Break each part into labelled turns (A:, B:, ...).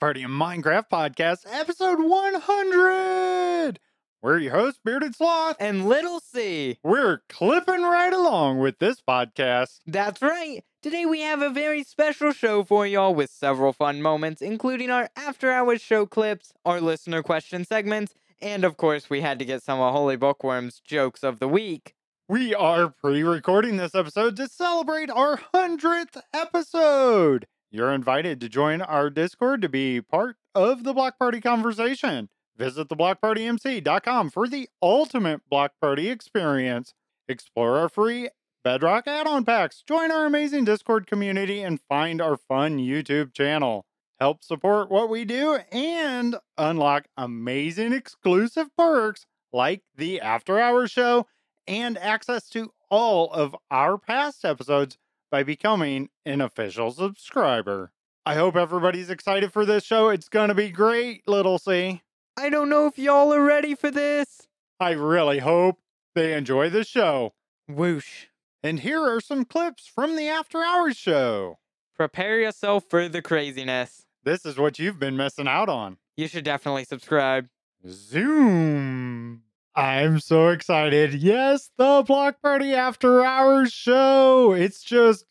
A: Guardian Minecraft Podcast, episode 100. We're your host, Bearded Sloth.
B: and little c.
A: We're clipping right along with this podcast.
B: That's right. Today we have a very special show for y'all with several fun moments, including our after hours show clips, our listener question segments, and of course we had to get some of Holy Bookworm's jokes of the week.
A: We are pre recording this episode to celebrate our 100th episode. You're invited to join our Discord to be part of the Block Party conversation. Visit theblockpartymc.com for the ultimate Block Party experience. Explore our free Bedrock add on packs, join our amazing Discord community, and find our fun YouTube channel. Help support what we do and unlock amazing exclusive perks like the After Hours Show and access to all of our past episodes by becoming an official subscriber. I hope everybody's excited for this show. It's going to be great, Little C.
B: I don't know if y'all are ready for this.
A: I really hope they enjoy the show.
B: Whoosh.
A: And here are some clips from the After Hours show.
B: Prepare yourself for the craziness.
A: This is what you've been missing out on.
B: You should definitely subscribe.
A: Zoom. I'm so excited. Yes, the Block Party After Hours show. It's just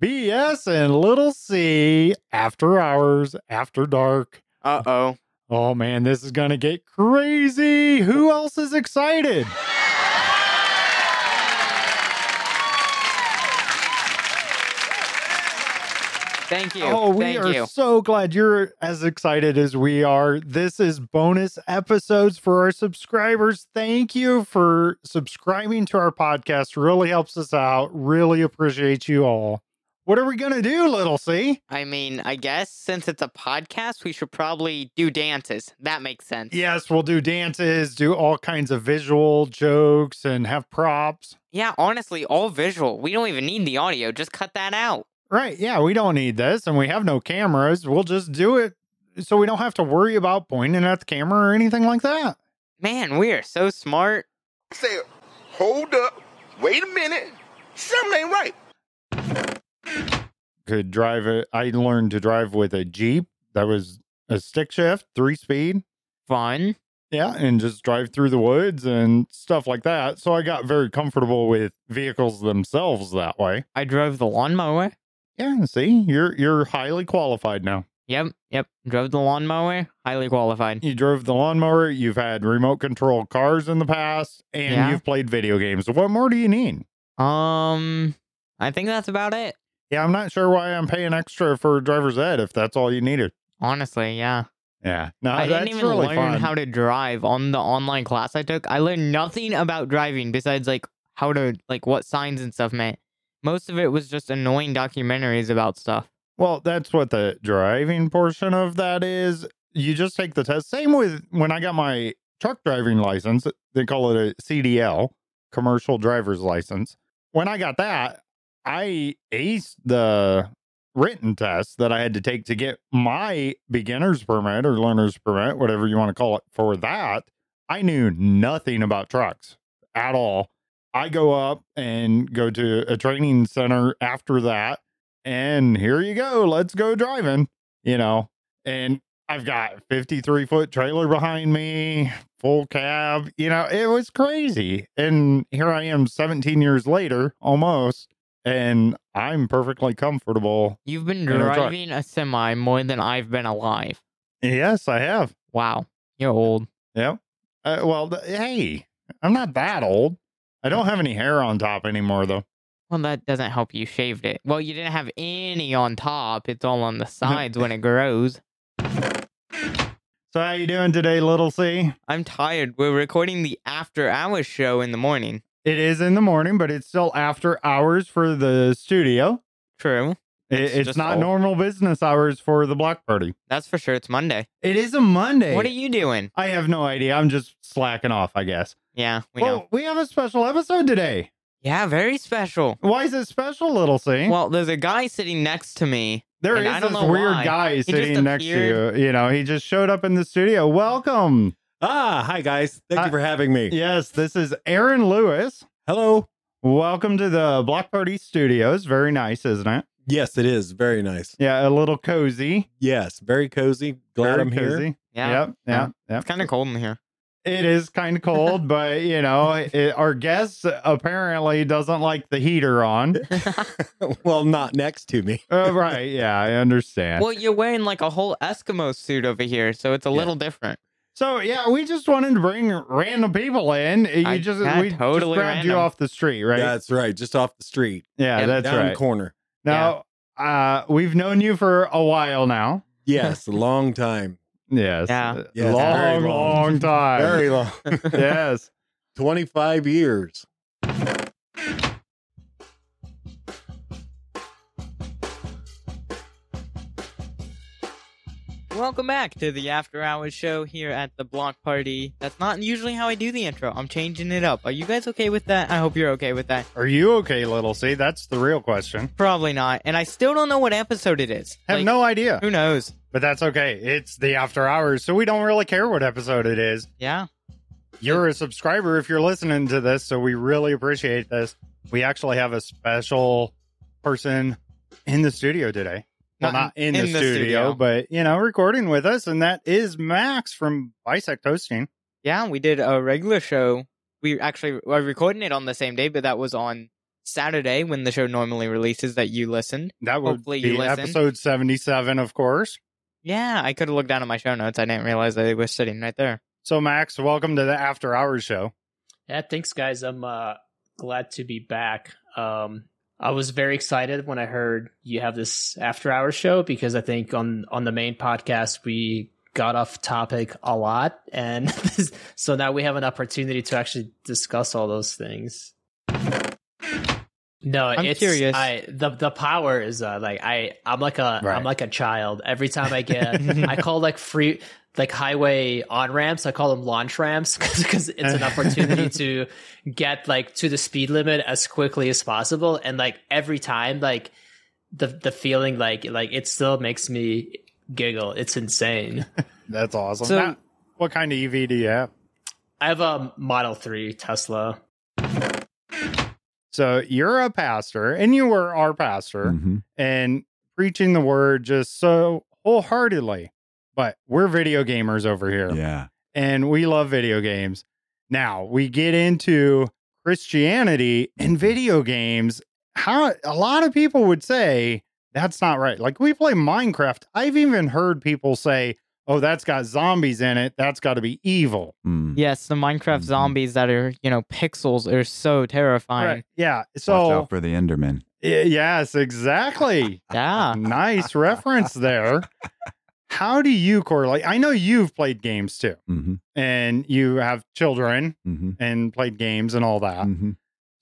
A: BS and little C after hours, after dark.
B: Uh oh.
A: Oh man, this is going to get crazy. Who else is excited?
B: Thank you.
A: Oh, we
B: Thank
A: are
B: you.
A: so glad you're as excited as we are. This is bonus episodes for our subscribers. Thank you for subscribing to our podcast. Really helps us out. Really appreciate you all. What are we going to do, little C?
B: I mean, I guess since it's a podcast, we should probably do dances. That makes sense.
A: Yes, we'll do dances, do all kinds of visual jokes, and have props.
B: Yeah, honestly, all visual. We don't even need the audio. Just cut that out.
A: Right. Yeah, we don't need this, and we have no cameras. We'll just do it so we don't have to worry about pointing at the camera or anything like that.
B: Man, we are so smart.
C: Say, hold up, wait a minute, something ain't right.
A: could drive it. I learned to drive with a Jeep that was a stick shift, three speed.
B: Fun.
A: Yeah, and just drive through the woods and stuff like that. So I got very comfortable with vehicles themselves that way.
B: I drove the lawnmower.
A: Yeah, see, you're you're highly qualified now.
B: Yep, yep. Drove the lawnmower. Highly qualified.
A: You drove the lawnmower, you've had remote control cars in the past, and
B: Yeah.
A: you've played video games. What more do you need?
B: Um, I think that's about it.
A: Yeah, I'm not sure why I'm paying extra for driver's ed if that's all you needed.
B: Honestly, yeah.
A: Yeah. No,
B: I
A: Uh, that's
B: didn't even
A: really
B: learn
A: fun.
B: how to drive on the online class I took. I learned nothing about driving besides like how to like what signs and stuff meant. Most of it was just annoying documentaries about stuff.
A: Well, that's what the driving portion of that is. You just take the test. Same with when I got my truck driving license, they call it a CDL, commercial driver's license. When I got that, I aced the written test that I had to take to get my beginner's permit or learner's permit, whatever you want to call it, for that. I knew nothing about trucks at all. I go up and go to a training center after that and here you go. Let's go driving, you know. And I've got 53 foot trailer behind me, full cab, you know, it was crazy. And here I am 17 years later almost, and I'm perfectly comfortable.
B: You've been
A: know, drive.
B: driving a semi more than I've been alive.
A: Yes, I have.
B: Wow, you're old.
A: Yep. Uh, well, th- hey, I'm not that old. I don't have any hair on top anymore, though.
B: Well, that doesn't help. You shaved it. Well, you didn't have any on top. It's all on the sides when it grows.
A: So how you doing today, little C?
B: I'm tired. We're recording the after hours show in the morning.
A: It is in the morning, but it's still after hours for the studio.
B: True.
A: It,
B: It's
A: it's
B: just
A: not
B: all-
A: normal business hours for the block party.
B: That's for sure. It's Monday.
A: It is a Monday.
B: What are you doing?
A: I have no idea. I'm just slacking off, I guess.
B: Yeah, we
A: well,
B: know.
A: we have a special episode today.
B: Yeah, very special.
A: Why is it special, little C?
B: Well, there's a guy sitting next to me.
A: there
B: and
A: is
B: I don't
A: this
B: know
A: weird
B: why.
A: guy
B: just
A: sitting next
B: appeared.
A: to you. You know, he just showed up in the studio. Welcome.
D: Ah, hi guys. Thank
A: Hi.
D: you for having me.
A: Yes, this is Aaron Lewis.
D: Hello.
A: Welcome to the Block Party Studios. Very nice, isn't it?
D: Yes, it is. Very nice.
A: Yeah, a little cozy.
D: Yes, very cozy. Glad
A: Very
D: I'm here.
A: cozy.
B: Yeah.
A: Yep. Yeah. Yep.
B: It's kind of cold in here.
A: It is kind of cold, but you know, it, our guest apparently doesn't like the heater on.
D: well, not next to me.
A: Uh, right. Yeah, I understand.
B: Well, you're wearing like a whole Eskimo suit over here, so it's a
D: Yeah.
B: little different.
A: so yeah, we just wanted to bring random people in. You
B: I-
A: just
B: yeah,
A: we
B: totally
A: just grabbed you
B: random.
A: off the street, right? Yeah,
D: That's right. Just off the street.
B: yeah,
A: that's
D: down
A: right.
D: corner.
A: Now, uh, we've known you for a while now.
D: Yes, a long time.
A: Yes. Uh,
B: Yeah.
D: Yes, very
A: long, long,
D: long.
A: time.
D: Very long.
A: yes.
D: 25 years.
B: Welcome back to the After Hours show here at the Block Party. That's not usually how I do the intro. I'm changing it up. Are you guys okay with that? I hope you're okay with that.
A: Are you okay, little C? That's the real question.
B: Probably not. And I still don't know what episode it is.
A: Have
B: Like,
A: no idea,
B: Who knows?
A: but that's okay. It's the after hours, so we don't really care what episode it is.
B: Yeah.
A: You're a subscriber if you're listening to this, so we really appreciate this. We actually have a special person in the studio today. Well, not, in, the, studio, but you know, recording with us, and that is Max from Bisect Hosting.
B: Yeah, we did a regular show. We actually were recording it on the same day, but that was on Saturday when the show normally releases that you listened.
A: That would
B: Hopefully you
A: be
B: listen.
A: episode seventy-seven, of course.
B: Yeah, I could have looked down at my show notes. I didn't realize they were sitting right there.
A: So, Max, welcome to the after hours show.
E: Yeah, thanks, guys. I'm uh, glad to be back. Um, I was very excited when I heard you have this after hour show because I think on on the main podcast we got off topic a lot, and so now we have an opportunity to actually discuss all those things. No,
B: I'm
E: it's
B: curious.
E: I the the power is uh, like I I'm like a
A: Right.
E: am like a child. Every time I get I call like free like highway on ramps. I call them launch ramps because it's an opportunity to get like to the speed limit as quickly as possible. And like every time, like the the feeling like like it still makes me giggle. It's insane.
A: That's awesome.
B: So-
A: Now, what kind of EV do you have?
E: I have a Model Three Tesla.
A: So you're a pastor and you were our pastor
F: Mm-hmm.
D: Mhm.
A: and preaching the word just so wholeheartedly. But we're video gamers over here
D: Yeah.
A: and we love video games. Now we get into Christianity and video games. How a lot of people would say that's not right. Like we play Minecraft. I've even heard people say, oh, that's got zombies in it. That's got to be evil.
D: Mm.
B: Yes, the Minecraft
A: Mm-hmm.
F: Mhm.
B: zombies that are, you know, pixels are so terrifying.
A: Yeah.
F: Watch
A: So,
F: out for the Enderman.
A: y- yes, exactly.
B: Yeah.
A: nice reference there. How do you correlate? I know you've played games too,
F: Mm-hmm.
A: and you have children
F: Mm-hmm.
A: and played games and all that.
F: Mm-hmm.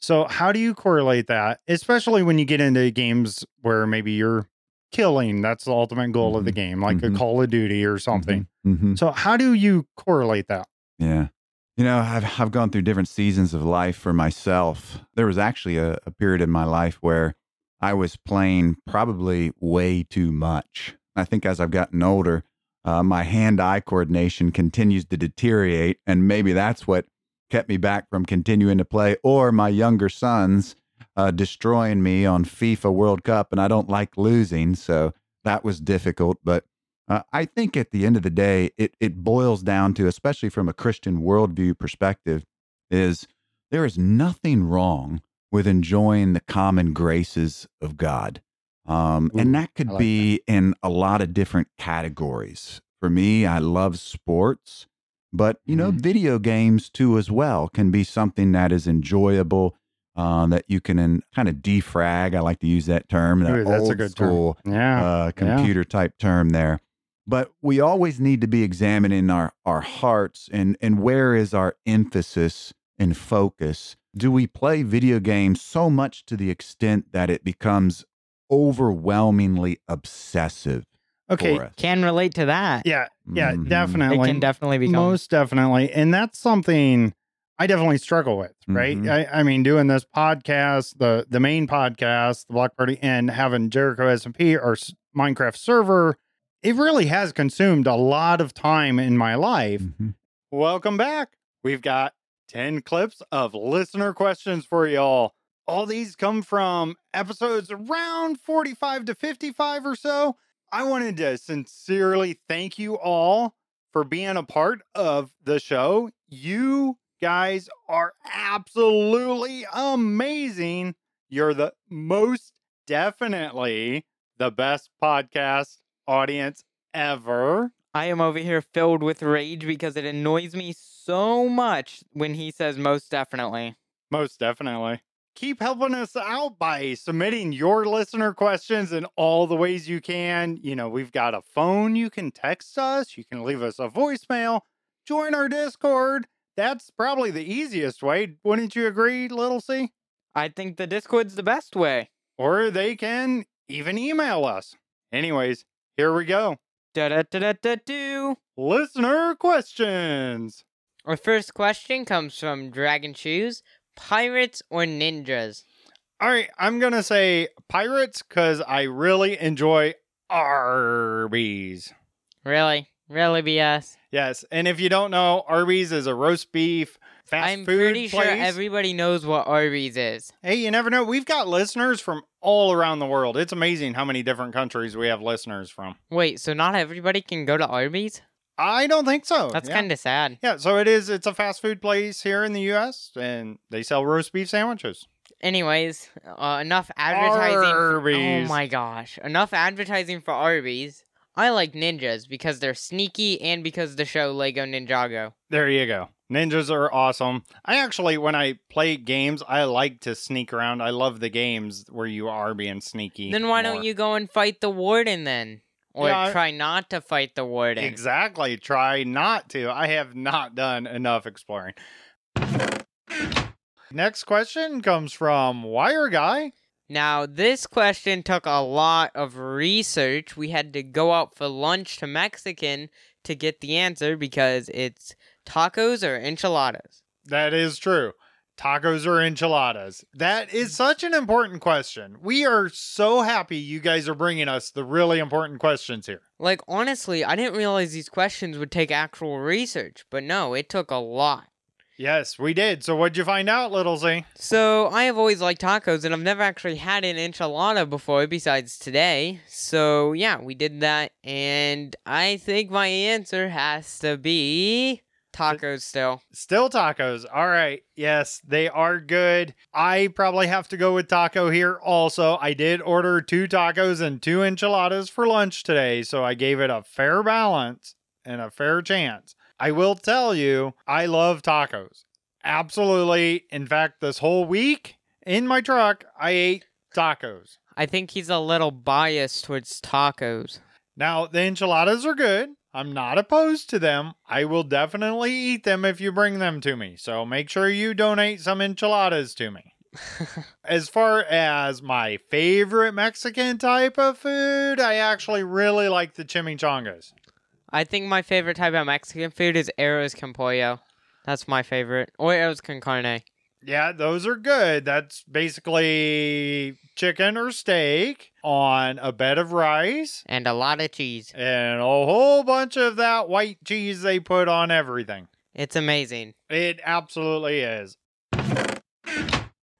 A: So, how do you correlate that, especially when you get into games where maybe you're killing? That's the ultimate goal of the game, like
F: Mhm.
A: a Call of Duty or something.
F: Mm-hmm.
A: So, how do you correlate that?
F: Yeah. You know, I've, I've gone through different seasons of life for myself. There was actually a, a period in my life where I was playing probably way too much. I think as I've gotten older, uh, my hand eye coordination continues to deteriorate. And maybe that's what kept me back from continuing to play, or my younger sons uh, destroying me on FIFA World Cup. And I don't like losing. So that was difficult. But Uh, I think at the end of the day, it, it boils down to, especially from a Christian worldview perspective, is there is nothing wrong with enjoying the common graces of God. Um,
A: Ooh,
F: and that could
A: I like
F: be in a lot of different categories. For me, I love sports, but you know,
A: Mhm.
F: video games too, as well, can be something that is enjoyable. Uh, that you can kind of defrag. I like to use that term. That
A: Ooh, that's a
F: old
A: good term.
F: school
A: Yeah.
F: uh, computer type term there. But we always need to be examining our, our hearts and, and where is our emphasis and focus? Do we play video games so much to the extent that it becomes overwhelmingly obsessive
A: okay.
F: for us?
B: Can relate to that.
A: Yeah. Yeah.
F: Mhm.
A: Definitely.
B: It can definitely become
A: Most definitely. And that's something I definitely struggle with, right?
F: Mhm.
A: I, I mean, doing this podcast, the the main podcast, the Block Party, and having Jericho SMP or s- Minecraft server, it really has consumed a lot of time in my life.
F: Mhm.
A: Welcome back. We've got 10 clips of listener questions for y'all. All these come from episodes around 45 to 55 or so. I wanted to sincerely thank you all for being a part of the show. You guys are absolutely amazing. You're the most definitely the best podcast audience ever.
B: I am over here filled with rage because it annoys me so much when he says most definitely.
A: Most definitely. Keep helping us out by submitting your listener questions in all the ways you can. You know, we've got a phone you can text us, you can leave us a voicemail, join our Discord. That's probably the easiest way. Wouldn't you agree, Little C?
B: I think the Discord's the best way.
A: Or they can even email us. Anyways, here we go.
B: Da da da da da do.
A: Listener questions.
B: Our first question comes from Dragon Shoes Pirates or ninjas?
A: All right, I'm gonna say pirates because I really enjoy Arby's.
B: Really? Really, BS?
A: Yes, and if you don't know, Arby's is a roast beef fast
B: I'm
A: food
B: pretty
A: place.
B: sure everybody knows what Arby's is.
A: hey, you never know. We've got listeners from all around the world. It's amazing how many different countries we have listeners from.
B: Wait, so not everybody can go to Arby's?
A: I don't think so.
B: That's
A: Oh, yeah.
B: kind of sad.
A: yeah. So it is. It's a fast food place here in the U.S. and they sell roast beef sandwiches.
B: Anyways, uh, enough advertising. for- oh
A: Arby's.
B: my gosh, enough advertising for Arby's. I like ninjas because they're sneaky and because the show Lego Ninjago.
A: There you go. Ninjas are awesome. I actually, when I play games, I like to sneak around. I love the games where you are being sneaky.
B: Then why don't
A: more.
B: you go and fight the warden then? Or
A: Yeah, I-
B: try not to fight the warden.
A: Exactly. Try not to. I have not done enough exploring. Next question comes from Wire Guy.
B: Now, this question took a lot of research. We had to go out for lunch to Mexican to get the answer because it's tacos or enchiladas.
A: That is true. Tacos or enchiladas? That is such an important question. We are so happy you guys are bringing us the really important questions here.
B: Like, honestly, I didn't realize these questions would take actual research, but no, it took a lot.
A: Yes, we did. So, what'd you find out, Little Z?
B: So, I have always liked tacos, and I've never actually had an enchilada before besides today. So, yeah, we did that, and I think my answer has to be tacos still.
A: Still tacos. All right. Yes, they are good. I probably have to go with taco here also. I did order two tacos and two enchiladas for lunch today, so I gave it a fair balance and a fair chance. I will tell you, I love tacos. Absolutely. In fact, this whole week in my truck, I ate tacos.
B: I think he's a little biased towards tacos.
A: Now, the enchiladas are good. I'm not opposed to them. I will definitely eat them if you bring them to me. So make sure you donate some enchiladas to me. as far as my favorite Mexican type of food, I actually really like the chimichangas.
B: I think my favorite type of Mexican food is arroz con pollo. That's my favorite. Or arroz con carne.
A: Yeah, those are good. That's basically chicken or steak on a bed of rice
B: And a lot of cheese.
A: and a whole bunch of that white cheese they put on everything.
B: It's amazing.
A: It absolutely is.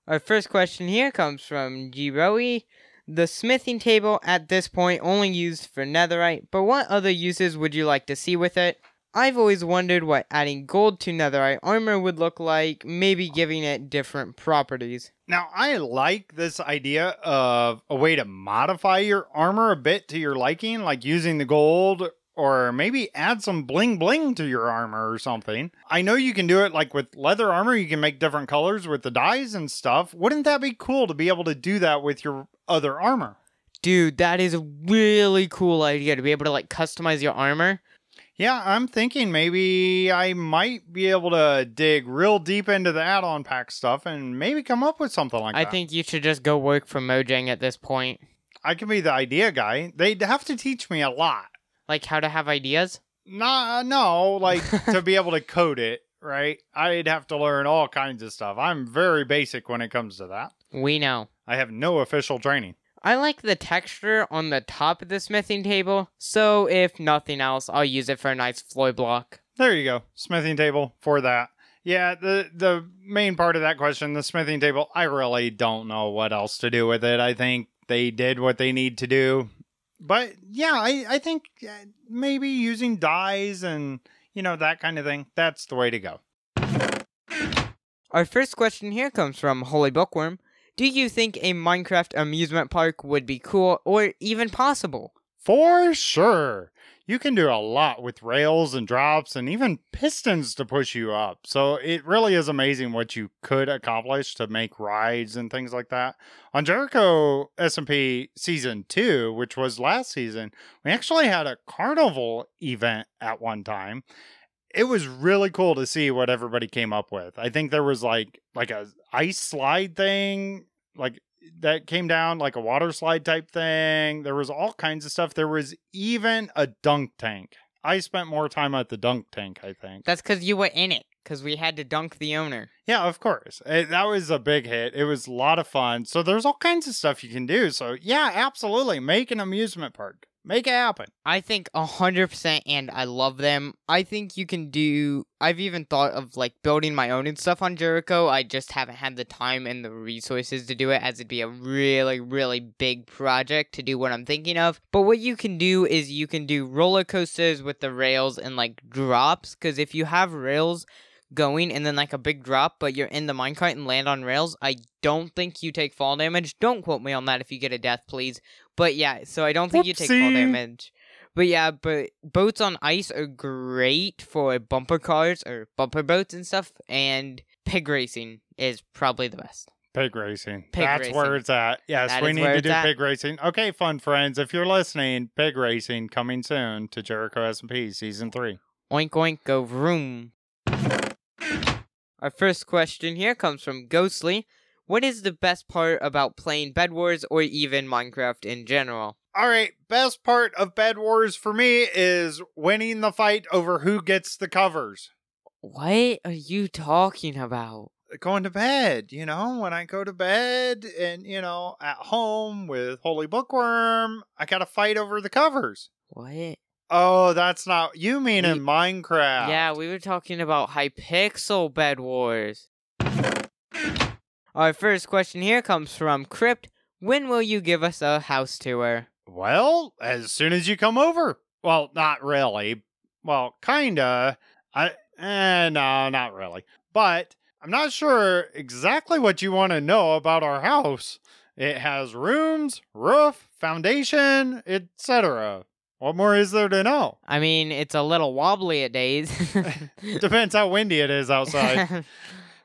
B: Our first question here comes from G. Rowe. The smithing table at this point only used for netherite, but what other uses would you like to see with it? I've always wondered what adding gold to netherite armor would look like, maybe giving it different properties.
A: Now, I like this idea of a way to modify your armor a bit to your liking, like using the gold or maybe add some bling bling to your armor or something. I know you can do it like with leather armor, you can make different colors with the dyes and stuff. Wouldn't that be cool to be able to do that with your other armor?
B: Dude, that is a really cool idea to be able to like customize your armor.
A: Yeah, I'm thinking maybe I might be able to dig real deep into the add on pack stuff and maybe come up with something like
B: I
A: that.
B: think you should just go work for Mojang at this point.
A: I can be the idea guy. They'd have to teach me a lot.
B: Like how to have ideas?
A: Nah, no, like to be able to code it, right? I'd have to learn all kinds of stuff. I'm very basic when it comes to that.
B: We know.
A: I have no official training.
B: I like the texture on the top of the smithing table, so if nothing else, I'll use it for a nice floor block.
A: There you go. Smithing table for that. Yeah, the the main part of that question, the smithing table, I really don't know what else to do with it. I think they did what they need to do. But yeah, I I think uh, maybe using dyes and you know that kind of thing, that's the way to go.
B: Our first question here comes from Holy Bookworm. Do you think a Minecraft amusement park would be cool or even possible?
A: For sure. You can do a lot with rails and drops and even pistons to push you up. So it really is amazing what you could accomplish to make rides and things like that. On Jericho SMP season 2, which was last season, we actually had a carnival event at one time. It was really cool to see what everybody came up with. I think there was like like a ice slide thing, like that came down like a water slide type thing. There was all kinds of stuff. There was even a dunk tank. I spent more time at the dunk tank, I think.
B: That's because you were in it, because we had to dunk the owner.
A: Yeah, of course. Eh, that was a big hit. It was a lot of fun. So there's all kinds of stuff you can do. So yeah, absolutely. Make an amusement park. Make it happen.
B: I think 100% and I love them. I think you can do. I've even thought of like building my own and stuff on Jericho. I just haven't had the time and the resources to do it, as it'd be a really, really big project to do what I'm thinking of. But what you can do is you can do roller coasters with the rails and like drops, because if you have rails going and then like a big drop, but you're in the minecart and land on rails, I don't think you take fall damage. Don't quote me on that if you get a death, please. But yeah, so I don't think you take fall
A: Whoopsie.
B: damage. But yeah, but boats on ice are great for bumper cars or bumper boats and stuff, and pig racing is probably the best.
A: Pig racing.
B: Pig
A: That's where
B: racing.
A: it's at. Yes,
B: That
A: we
B: is
A: need
B: where
A: to
B: it's
A: do
B: at.
A: pig racing. Okay, fun friends, if you're listening, pig racing coming soon to Jericho S&P season 3.
B: Oink oink go vroom. Our first question here comes from Ghostly. What is the best part about playing Bed Wars or even Minecraft in general?
A: All right, best part of Bed Wars for me is winning the fight over who gets the covers.
B: What are you talking about?
A: Going to bed, you know, when I go to bed and, you know, at home with Holy Bookworm, I got to fight over the covers.
B: What?
A: Oh, that's not you mean in
B: We-
A: Minecraft.
B: Yeah, we were talking about Hypixel Bed Wars. Our first question here comes from Crypt. When will you give us a house tour?
A: Well, as soon as you come over. Well, not really. Well, kinda. I eh, no, not really. But I'm not sure exactly what you want to know about our house. It has rooms, roof, foundation, etc. What more is there to know?
B: I mean, it's a little wobbly at days.
A: Depends how windy it is outside.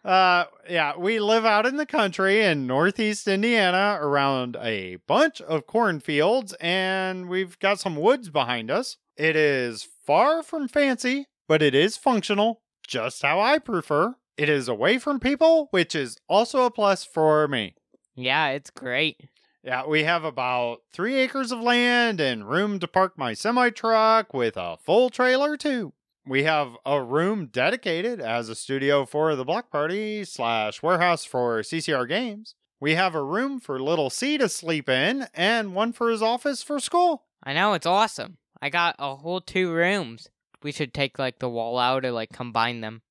A: Uh, yeah, we live out in the country in northeast Indiana around a bunch of cornfields, and we've got some woods behind us. It is far from fancy, but it is functional, just how I prefer. It is away from people, which is also a plus for me.
B: yeah, it's great.
A: Yeah, we have about three acres of land and room to park my semi truck with a full trailer, too. We have a room dedicated as a studio for the block party slash warehouse for CCR games. We have a room for little C to sleep in and one for his office for school.
B: I know, it's awesome. I got a whole two rooms. We should take like the wall out or like combine them.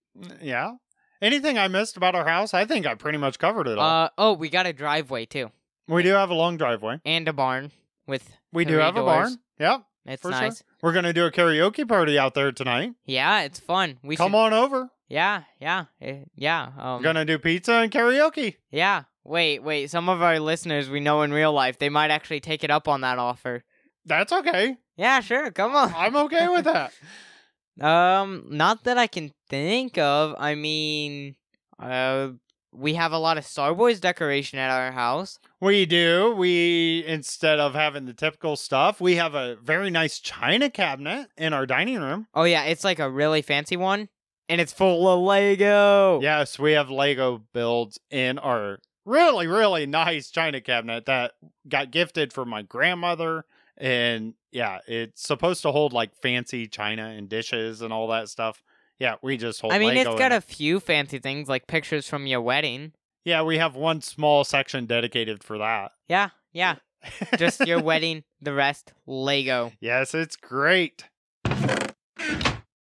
A: Yeah. Anything I missed about our house? I think I pretty much covered it all.
B: Uh oh, we got a driveway too.
A: we do have a long driveway.
B: And a barn with
A: We do
B: three
A: have a
B: doors.
A: barn. Yep.
B: It's
A: for sure.
B: nice.
A: We're going to do a karaoke party out there tonight.
B: Yeah, it's fun. We
A: Come
B: should...
A: on over.
B: Yeah, yeah, eh, yeah. Um,
A: We're going to do pizza and karaoke.
B: Yeah. Wait, wait. Some of our listeners we know in real life, they might actually take it up on that offer.
A: That's okay.
B: Yeah, sure. Come on.
A: I'm okay with that.
B: Um, not that I can think of. I mean, uh, we have a lot of Star Wars decoration at our house.
A: We do. We instead of having the typical stuff, we have a very nice china cabinet in our dining room.
B: Oh yeah, it's like a really fancy one, and it's full of Lego.
A: Yes, we have Lego builds in our really really nice china cabinet that got gifted from my grandmother and yeah, it's supposed to hold like fancy china and dishes and all that stuff. Yeah, we just hold
B: I mean,
A: Lego
B: it's
A: in
B: got
A: it.
B: a few fancy things like pictures from your wedding.
A: Yeah, we have one small section dedicated for that.
B: Yeah, yeah. Just your wedding, the rest Lego.
A: Yes, it's great.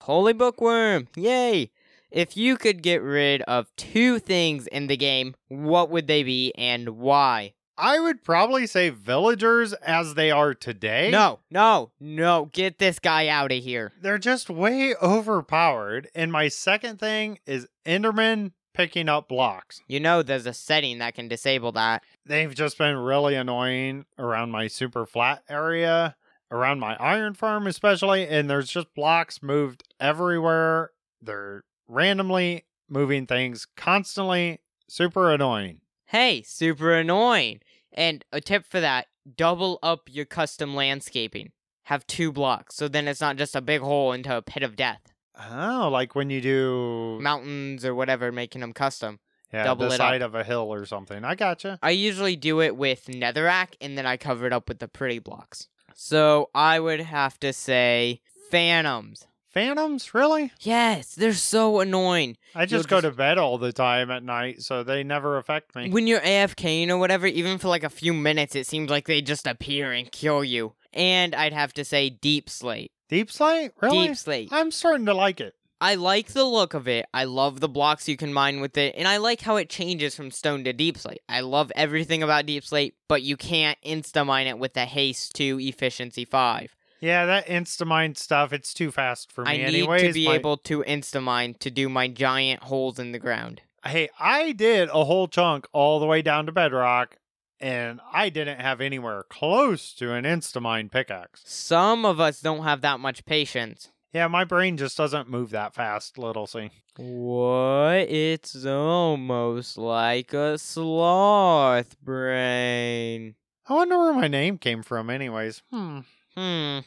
B: Holy bookworm! Yay! If you could get rid of two things in the game, what would they be and why?
A: I would probably say villagers as they are today.
B: No, no, no. Get this guy out of here.
A: They're just way overpowered. And my second thing is Endermen picking up blocks.
B: You know there's a setting that can disable that.
A: They've just been really annoying around my super flat area, around my iron farm, especially. And there's just blocks moved everywhere. They're randomly moving things constantly. Super annoying.
B: Hey, super annoying. And a tip for that double up your custom landscaping. Have two blocks, so then it's not just a big hole into a pit of death.
A: Oh, like when you do
B: Mountains or whatever, making them custom.
A: yeah,
B: double
A: the
B: it up.
A: side of a hill or something. I gotcha.
B: I usually do it with netherrack and then I cover it up with the pretty blocks. So I would have to say phantoms.
A: Phantoms, really?
B: Yes, they're so annoying.
A: I just go
B: You'll
A: to bed all the time at night, so they never affect me.
B: When you're AFKing or whatever, even for like a few minutes, it seems like they just appear and kill you. And I'd have to say deep slate.
A: Deep slate, really?
B: Deep slate.
A: I'm starting to like it.
B: I like the look of it. I love the blocks you can mine with it, and I like how it changes from stone to deep slate. I love everything about deep slate, but you can't insta mine it with the haste to efficiency five.
A: Yeah, that Instamind stuff, it's too fast for me
B: I need
A: anyways.
B: to be
A: My-
B: able to insta mine to do my giant holes in the ground.
A: Hey, I did a whole chunk all the way down to bedrock, and I didn't have anywhere close to an Instamind pickaxe.
B: Some of us don't have that much patience.
A: Yeah, my brain just doesn't move that fast, little C.
B: What? It's almost like a sloth brain.
A: I wonder where my name came from anyways. Hmm.
B: Hmm.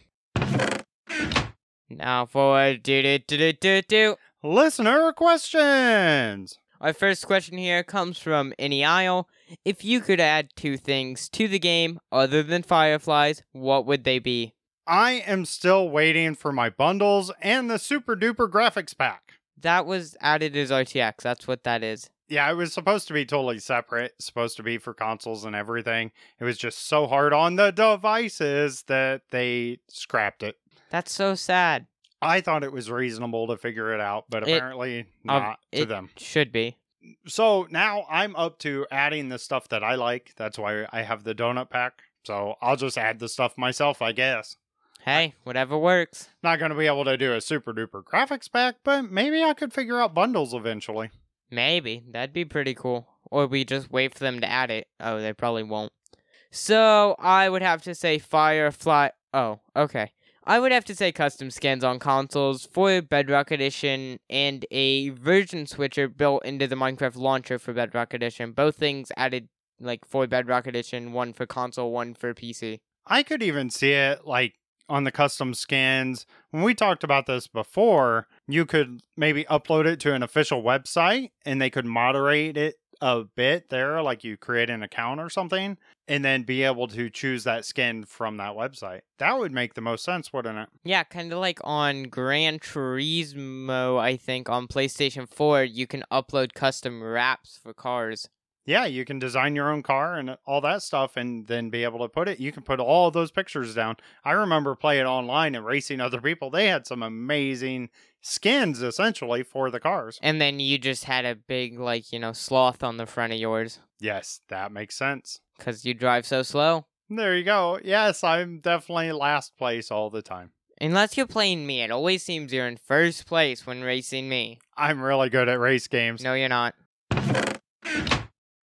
B: Now for do do do do do do.
A: Listener questions.
B: Our first question here comes from Any Isle. If you could add two things to the game other than fireflies, what would they be?
A: I am still waiting for my bundles and the super duper graphics pack.
B: That was added as RTX. That's what that is.
A: Yeah, it was supposed to be totally separate, supposed to be for consoles and everything. It was just so hard on the devices that they scrapped it.
B: That's so sad.
A: I thought it was reasonable to figure it out, but
B: It-
A: apparently
B: Um,
A: not to
B: it
A: them.
B: Should be.
A: So now I'm up to adding the stuff that I like. That's why I have the donut pack. So I'll just add the stuff myself, I guess.
B: Hey, whatever works.
A: Not going to be able to do a super duper graphics pack, but maybe I could figure out bundles eventually.
B: Maybe. That'd be pretty cool. Or we just wait for them to add it. Oh, they probably won't. So I would have to say Firefly. Oh, okay. I would have to say custom skins on consoles for Bedrock Edition and a version switcher built into the Minecraft launcher for Bedrock Edition. Both things added like for Bedrock Edition, one for console, one for PC.
A: I could even see it like on the custom skins. When we talked about this before, you could maybe upload it to an official website and they could moderate it a bit there, like you create an account or something, and then be able to choose that skin from that website. That would make the most sense, wouldn't it?
B: Yeah, kind of like on Gran Turismo, I think, on PlayStation 4, you can upload custom wraps for cars.
A: Yeah, you can design your own car and all that stuff and then be able to put it. You can put all those pictures down. I remember playing online and racing other people. They had some amazing skins essentially for the cars.
B: And then you just had a big, like, you know, sloth on the front of yours
A: Yes, that makes sense.
B: because you drive so slow.
A: There you go. Yes, I'm definitely last place all the time.
B: Unless you're playing me, it always seems you're in first place when racing me.
A: I'm really good at race games.
B: No, you're not.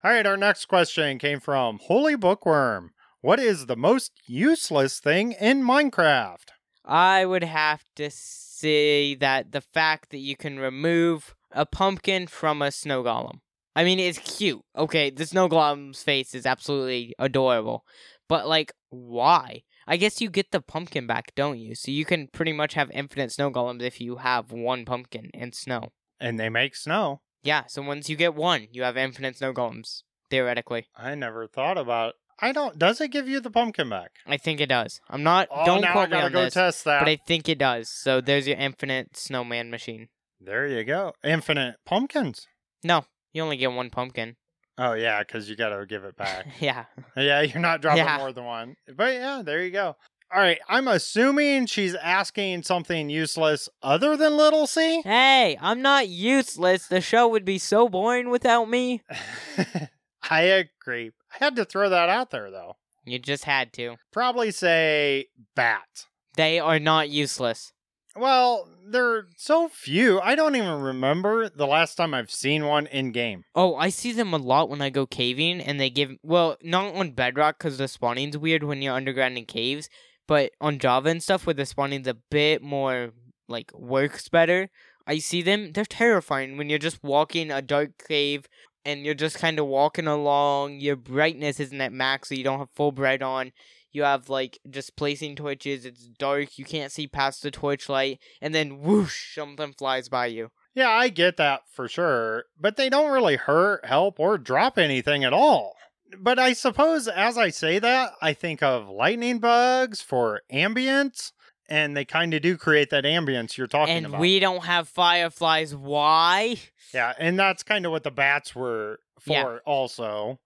A: All right, our next question came from Holy Bookworm. What is the most useless thing in Minecraft?
B: I would have to say that the fact that you can remove a pumpkin from a snow golem. I mean, it's cute. Okay, the snow golem's face is absolutely adorable. But, like, why? I guess you get the pumpkin back, don't you? So you can pretty much have infinite snow golems if you have one pumpkin and snow.
A: And they make snow.
B: Yeah, so once you get one, you have infinite snow golems, theoretically.
A: I never thought about I don't does it give you the pumpkin back?
B: I think it does. I'm not
A: Oh,
B: don't
A: now
B: quote
A: I
B: me
A: gotta
B: on
A: go
B: this,
A: test that.
B: but I think it does. So there's your infinite snowman machine.
A: There you go. Infinite pumpkins.
B: No, you only get one pumpkin.
A: Oh yeah, because you gotta give it back.
B: yeah.
A: Yeah, you're not dropping
B: Yeah.
A: more than one. But yeah, there you go. all right, I'm assuming she's asking something useless other than little C.
B: Hey, I'm not useless. The show would be so boring without me.
A: I agree. I had to throw that out there though.
B: You just had to.
A: Probably say bat.
B: They are not useless.
A: Well, there are so few. I don't even remember the last time I've seen one in game.
B: Oh, I see them a lot when I go caving, and they give well, not on bedrock because the spawning's weird when you're underground in caves, but on Java and stuff where the spawning's a bit more like works better. I see them. They're terrifying when you're just walking a dark cave and you're just kind of walking along. Your brightness isn't at max, so you don't have full bright on. You have like just placing torches. It's dark. You can't see past the torchlight, and then whoosh, something flies by you.
A: Yeah, I get that for sure, but they don't really hurt, help, or drop anything at all. But I suppose as I say that, I think of lightning bugs for ambience, and they kind of do create that ambience you're talking
B: and
A: about.
B: we don't have fireflies. Why?
A: yeah, and that's kind of what the bats were for,
B: Yeah.
A: also.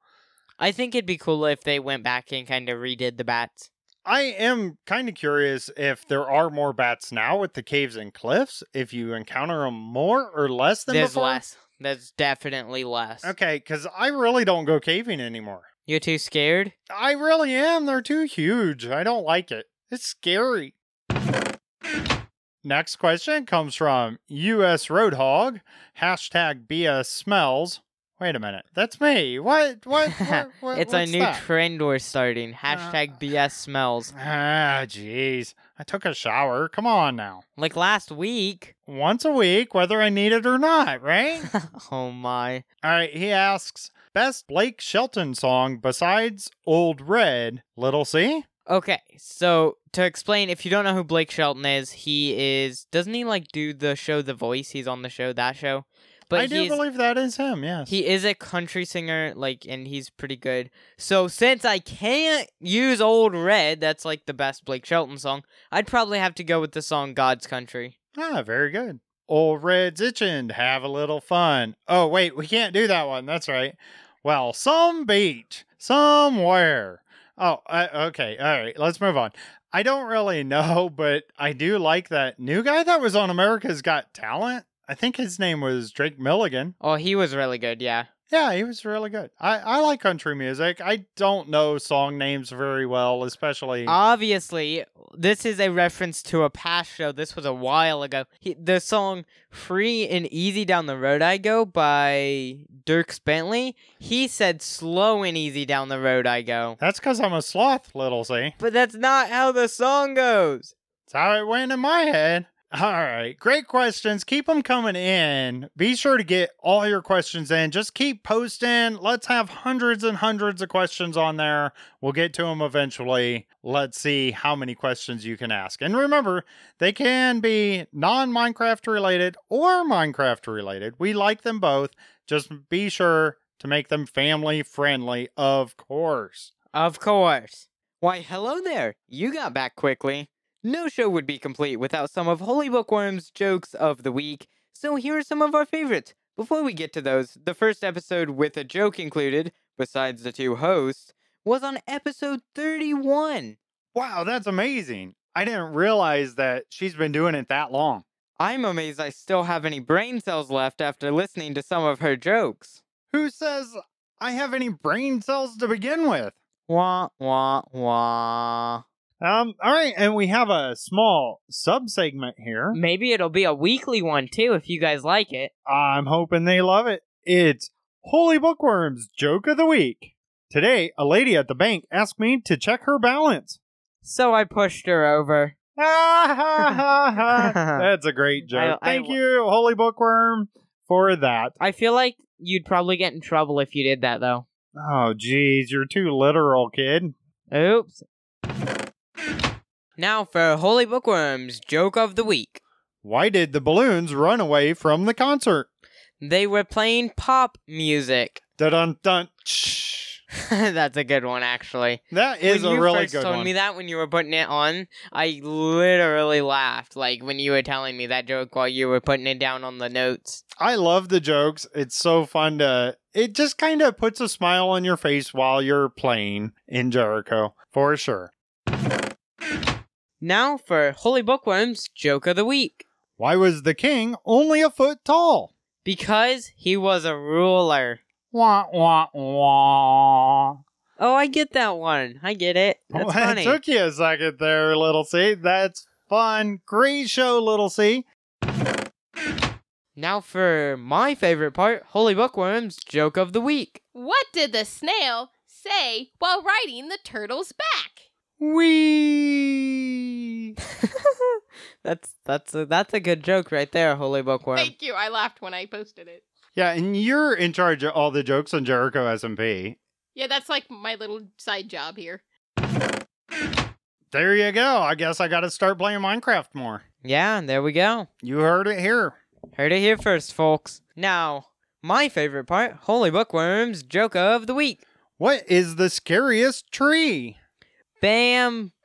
B: I think it'd be cooler if they went back and kind of redid the bats.
A: I am kind of curious if there are more bats now with the caves and cliffs, if you encounter them more or less than
B: There's
A: before.
B: less. There's definitely less.
A: Okay, because I really don't go caving anymore.
B: You're too scared?
A: I really am. They're too huge. I don't like it. It's scary. Next question comes from US Roadhog, hashtag BS smells. Wait a minute. That's me. What? What? what, what
B: it's a
A: what's
B: new
A: that? Uh,
B: trend we're starting. Hashtag BS smells.
A: Ah, jeez. I took a shower. Come on now.
B: Like last week.
A: Once a week, whether I need it or not, right?
B: oh my.
A: All right, he asks best Blake Shelton song besides Old Red, Little C?
B: Okay, so to explain, if you don't know who Blake Shelton is, he is. Doesn't he like do the show The Voice? He's on the show, that show. But
A: I do
B: he's,
A: believe that is him, yes.
B: He is a country singer, like, and he's pretty good. So since I can't use Old Red, that's like the best Blake Shelton song, I'd probably have to go with the song God's Country.
A: Ah, very good. Old Red's itching to have a little fun. Oh, wait, we can't do that one. That's right. Well, some beach, somewhere. Oh, I, okay. All right, let's move on. I don't really know, but I do like that new guy that was on America's Got Talent. I think his name was Drake Milligan.
B: Oh, he was really good, yeah.
A: Yeah, he was really good. I, I like country music. I don't know song names very well, especially.
B: Ah. Obviously, this is a reference to a past show. This was a while ago. He, the song Free and Easy Down the Road I Go by Dirks Bentley. He said Slow and Easy Down the Road I Go.
A: that's because I'm a sloth, little C.
B: But that's not how the song goes.
A: That's how it went in my head. All right. Great questions. Keep them coming in. Be sure to get all your questions in. Just keep posting. Let's have hundreds and hundreds of questions on there. We'll get to them eventually. Let's see how many questions you can ask. And remember, they can be non Minecraft related or Minecraft related. We like them both. Just be sure to make them family friendly, of course.
B: Of course. Why, hello there. You got back quickly. No show would be complete without some of Holy Bookworm's jokes of the week, so here are some of our favorites. Before we get to those, the first episode with a joke included, besides the two hosts, was on episode 31.
A: Wow, that's amazing. I didn't realize that she's been doing it that long.
B: I'm amazed I still have any brain cells left after listening to some of her jokes.
A: Who says I have any brain cells to begin with?
B: Wah, wah, wah.
A: Um, all right, and we have a small sub segment here.
B: Maybe it'll be a weekly one too if you guys like it.
A: I'm hoping they love it. It's Holy Bookworm's Joke of the Week. Today, a lady at the bank asked me to check her balance.
B: So I pushed her over.
A: Ah, ha, ha, ha. That's a great joke.
B: I- I-
A: Thank you, Holy Bookworm, for that.
B: I feel like you'd probably get in trouble if you did that, though.
A: Oh, geez, you're too literal, kid.
B: Oops. Now for Holy Bookworm's joke of the week.
A: Why did the balloons run away from the concert?
B: They were playing pop music.
A: Dun dun dun. Shh.
B: That's a good one, actually.
A: That is
B: when
A: a
B: you
A: really
B: first
A: good
B: told
A: one.
B: me that when you were putting it on, I literally laughed. Like when you were telling me that joke while you were putting it down on the notes.
A: I love the jokes. It's so fun to. It just kind of puts a smile on your face while you're playing in Jericho, for sure.
G: Now for Holy Bookworm's joke of the week.
A: Why was the king only a foot tall?
G: Because he was a ruler.
A: Wah, wah, wah.
G: Oh, I get that one. I get it. That's
A: Well,
G: funny.
A: It took you a second there, little C. That's fun. Great show, little C.
B: Now for my favorite part, Holy Bookworm's joke of the week.
H: What did the snail say while riding the turtle's back?
B: Wee.
G: that's that's a, that's a good joke right there, Holy Bookworm.
H: Thank you. I laughed when I posted it.
A: Yeah, and you're in charge of all the jokes on Jericho SMP.
H: Yeah, that's like my little side job here.
A: There you go. I guess I got to start playing Minecraft more.
B: Yeah, there we go.
A: You heard it here.
B: Heard it here first, folks. Now, my favorite part, Holy Bookworm's joke of the week.
A: What is the scariest tree?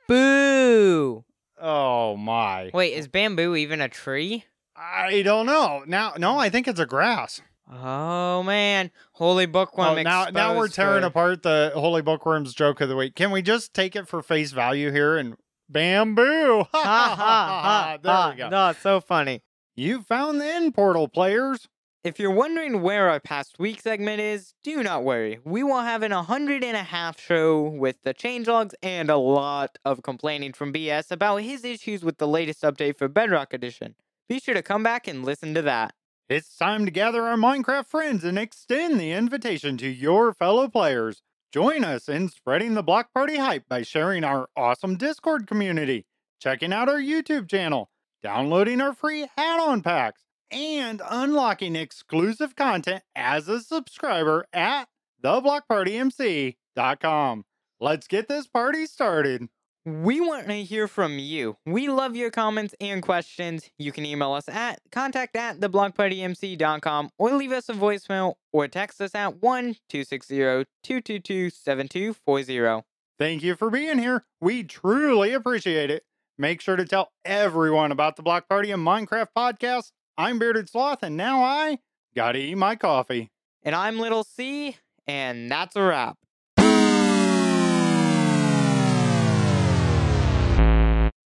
B: Bamboo.
A: Oh my.
B: Wait, is bamboo even a tree?
A: I don't know. Now no, I think it's a grass.
B: Oh man, Holy Bookworm.
A: Oh, now now we're
B: exposed
A: tearing
B: for-
A: apart the holy bookworm's joke of the week. Can we just take it for face value here and bamboo? Ha
B: Ha ha ha!
A: There
B: ha,
A: we go.
B: No, it's so funny.
A: You found the end portal players.
B: If you're wondering where our past week segment is, do not worry. We will have an 100 and a half show with the changelogs and a lot of complaining from BS about his issues with the latest update for Bedrock Edition. Be sure to come back and listen to that.
A: It's time to gather our Minecraft friends and extend the invitation to your fellow players. Join us in spreading the Block Party hype by sharing our awesome Discord community, checking out our YouTube channel, downloading our free add on packs, and unlocking exclusive content as a subscriber at theblockpartymc.com. Let's get this party started.
B: We want to hear from you. We love your comments and questions. You can email us at contact at theblockpartymc.com or leave us a voicemail or text us at 1 260 222 7240.
A: Thank you for being here. We truly appreciate it. Make sure to tell everyone about the Block Party and Minecraft podcast. I'm Bearded Sloth, and now I gotta eat my coffee.
B: And I'm Little C, and that's a wrap.